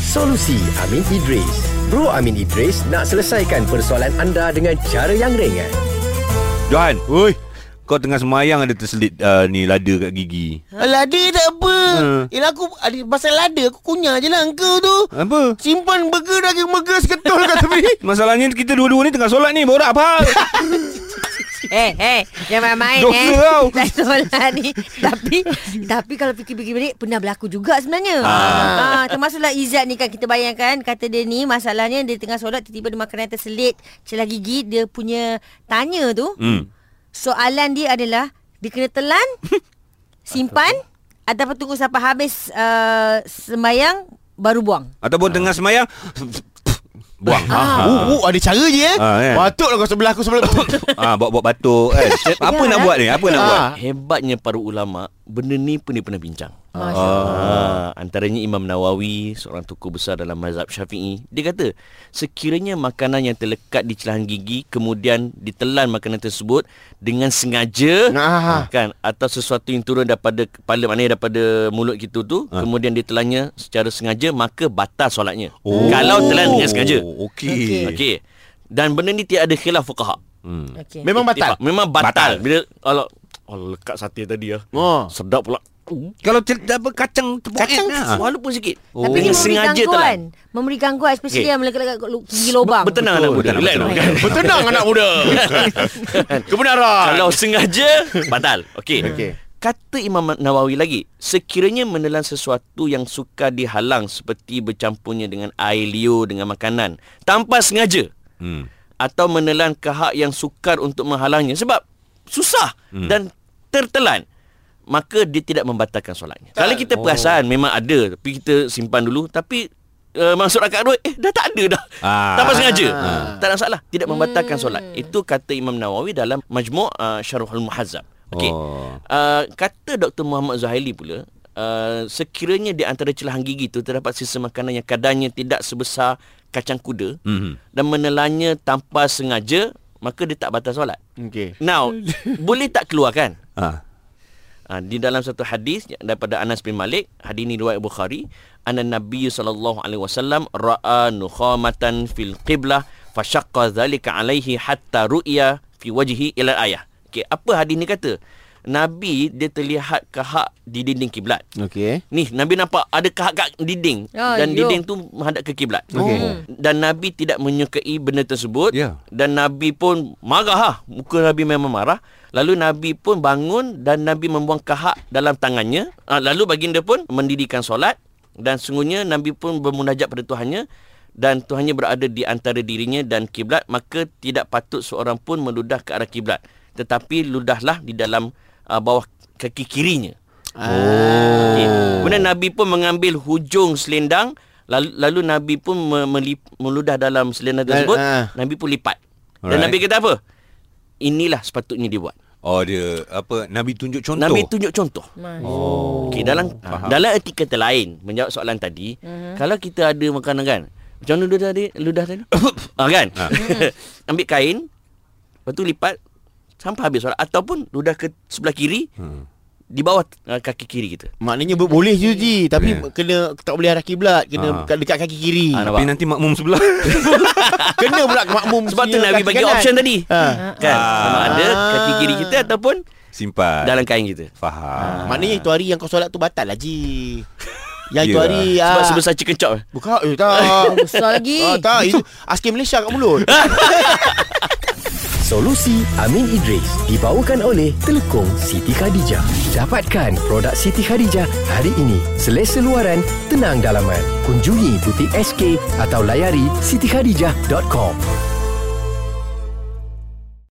Solusi Amin Idris Bro Amin Idris nak selesaikan persoalan anda dengan cara yang ringan Johan Oi, Kau tengah semayang ada terselit uh, ni lada kat gigi lada tak apa. Hmm. Hmm. Yelah aku ada pasal lada aku kunyah je lah engkau tu. Apa? Simpan burger daging burger seketul Ya, kat tepi. Masalahnya kita dua-dua ni tengah solat ni Borak apa? Eh, eh, jangan main-main Dosa eh. kau. Tak solat ni. tapi tapi kalau fikir-fikir balik pernah berlaku juga sebenarnya. Ah. ah termasuklah Izzat ni kan kita bayangkan kata dia ni masalahnya dia tengah solat tiba-tiba dia makanan terselit celah gigi dia punya tanya tu. hmm. Soalan dia adalah dia kena telan simpan ataupun tunggu sampai habis uh, sembayang baru buang. Ataupun tengah semayang Buang Ha. Ah. Uh, uh, ada cara je eh. Ah, kan? Patutlah kau sebelah aku sebelah. ah, Buat-buat batuk kan Apa Ya, lah. nak eh? buat ni? Apa nak Ah. buat? Hebatnya para ulama, benda ni pun dia pernah bincang. Masya Ah, antaranya Imam Nawawi, seorang tokoh besar dalam mazhab Syafi'i. Dia kata, sekiranya makanan yang terlekat di celahan gigi kemudian ditelan makanan tersebut dengan sengaja Ah. kan atau sesuatu yang turun daripada kepala maknanya daripada mulut kita tu, kemudian ditelannya secara sengaja maka batal solatnya. Oh. Kalau telan dengan sengaja. Oh, Okey okay. Okey. Dan benda ni tiada khilaf fuqaha. hmm. Okay. Memang batal. Iktifak. Memang batal. Batal. batal. Bila Allah Allah lekat sate tadi ah. Oh. Sedap pula. Uh. Kalau cer- apa kacang terpoet Kacang lah. walaupun sikit. Tapi ni Dengan memberi gangguan. Memberi gangguan especially Okey. yang melekat-lekat lu- gigi lubang. Bertenang anak muda. Ah, betul, Relax betul. dulu. Bertenang anak muda. Kebenaran. Ah. Kalau sengaja batal. Okey. Okey. Kata Imam Nawawi lagi, sekiranya menelan sesuatu yang suka dihalang seperti bercampurnya dengan air liur dengan makanan tanpa sengaja Hmm. atau menelan ke hak yang sukar untuk menghalangnya sebab susah dan tertelan maka dia tidak membatalkan solatnya. Kalau kita perasan memang ada tapi kita simpan dulu tapi uh, masuk akal dulu eh dah tak ada dah. Ah. Tanpa sengaja. Tak ada masalah tidak membatalkan solat. Itu kata Imam Nawawi dalam Majmu' uh, Syarhul Muhazzab. Okey. Oh. Uh, kata Dr. Muhammad Zuhaili pula Uh, sekiranya di antara celahan gigi itu terdapat sisa makanan yang kadarnya tidak sebesar kacang kuda Mhm. dan menelannya tanpa sengaja maka dia tak batal solat. Okey. Now, boleh tak keluar kan? Ah. Ha, di dalam satu hadis daripada Anas bin Malik, hadis ini riwayat Bukhari, anna Nabi sallallahu alaihi wasallam ra'a nukhamatan fil qiblah fashaqqa dhalika alaihi hatta ru'ya fi wajhi ila ayah. Okey, apa hadis ni kata? Nabi dia terlihat kahak di dinding kiblat. Okey. Ni Nabi nampak ada kahak kat dinding Ah, dan yo. dinding tu menghadap ke kiblat. Oh. Okey. Dan Nabi tidak menyukai benda tersebut Ya. dan Nabi pun marah lah. Muka Nabi memang marah. Lalu Nabi pun bangun dan Nabi membuang kahak dalam tangannya. Ah, Lalu baginda pun mendirikan solat dan sungguhnya Nabi pun bermunajat pada Tuhannya dan Tuhannya berada di antara dirinya dan kiblat maka tidak patut seorang pun meludah ke arah kiblat tetapi ludahlah di dalam uh, bawah kaki kirinya Okey. Kemudian Nabi pun mengambil hujung selendang lalu, lalu Nabi pun me- melip, meludah dalam selendang Dan- tersebut. ah. Nabi pun lipat. Dan Alright. Nabi kata apa? Inilah sepatutnya dibuat. Oh dia apa Nabi tunjuk contoh. Nabi tunjuk contoh. Oh. Okey, dalam dalam etika lain menjawab soalan tadi, kalau kita ada makanan kan. Macam mana ludah tadi? Ludah tadi. ah kan? Ambil kain, lepas tu lipat sampai habis solat ataupun ludah ke sebelah kiri. Hmm. Di bawah uh, kaki kiri kita. Maknanya ber- boleh je Ji Tapi Boleh. kena Tak boleh arah kiblat Ah. Kena kat- dekat kaki kiri Ha. Ah, Tapi nanti makmum sebelah. Kena pula ke makmum Sebab tu punya Nabi kaki bagi kanan. option tadi. Ha. Kan? Sama ada kaki kiri kita ataupun Simpan. dalam Ah. kain kita. Faham. Maknanya itu hari yang kau solat tu batal lah Ji Yang itu Ya. hari Sebab ah, sebesar chicken chop. Buka eh tak Besar lagi. Ah, tak itu Askin Malaysia kat mulut Solusi Amin Idris dibawakan oleh Telukong Siti Khadijah. Dapatkan produk Siti Khadijah hari ini. Selesa luaran, tenang dalaman. Kunjungi butik SK atau layari sitikhadijah.com.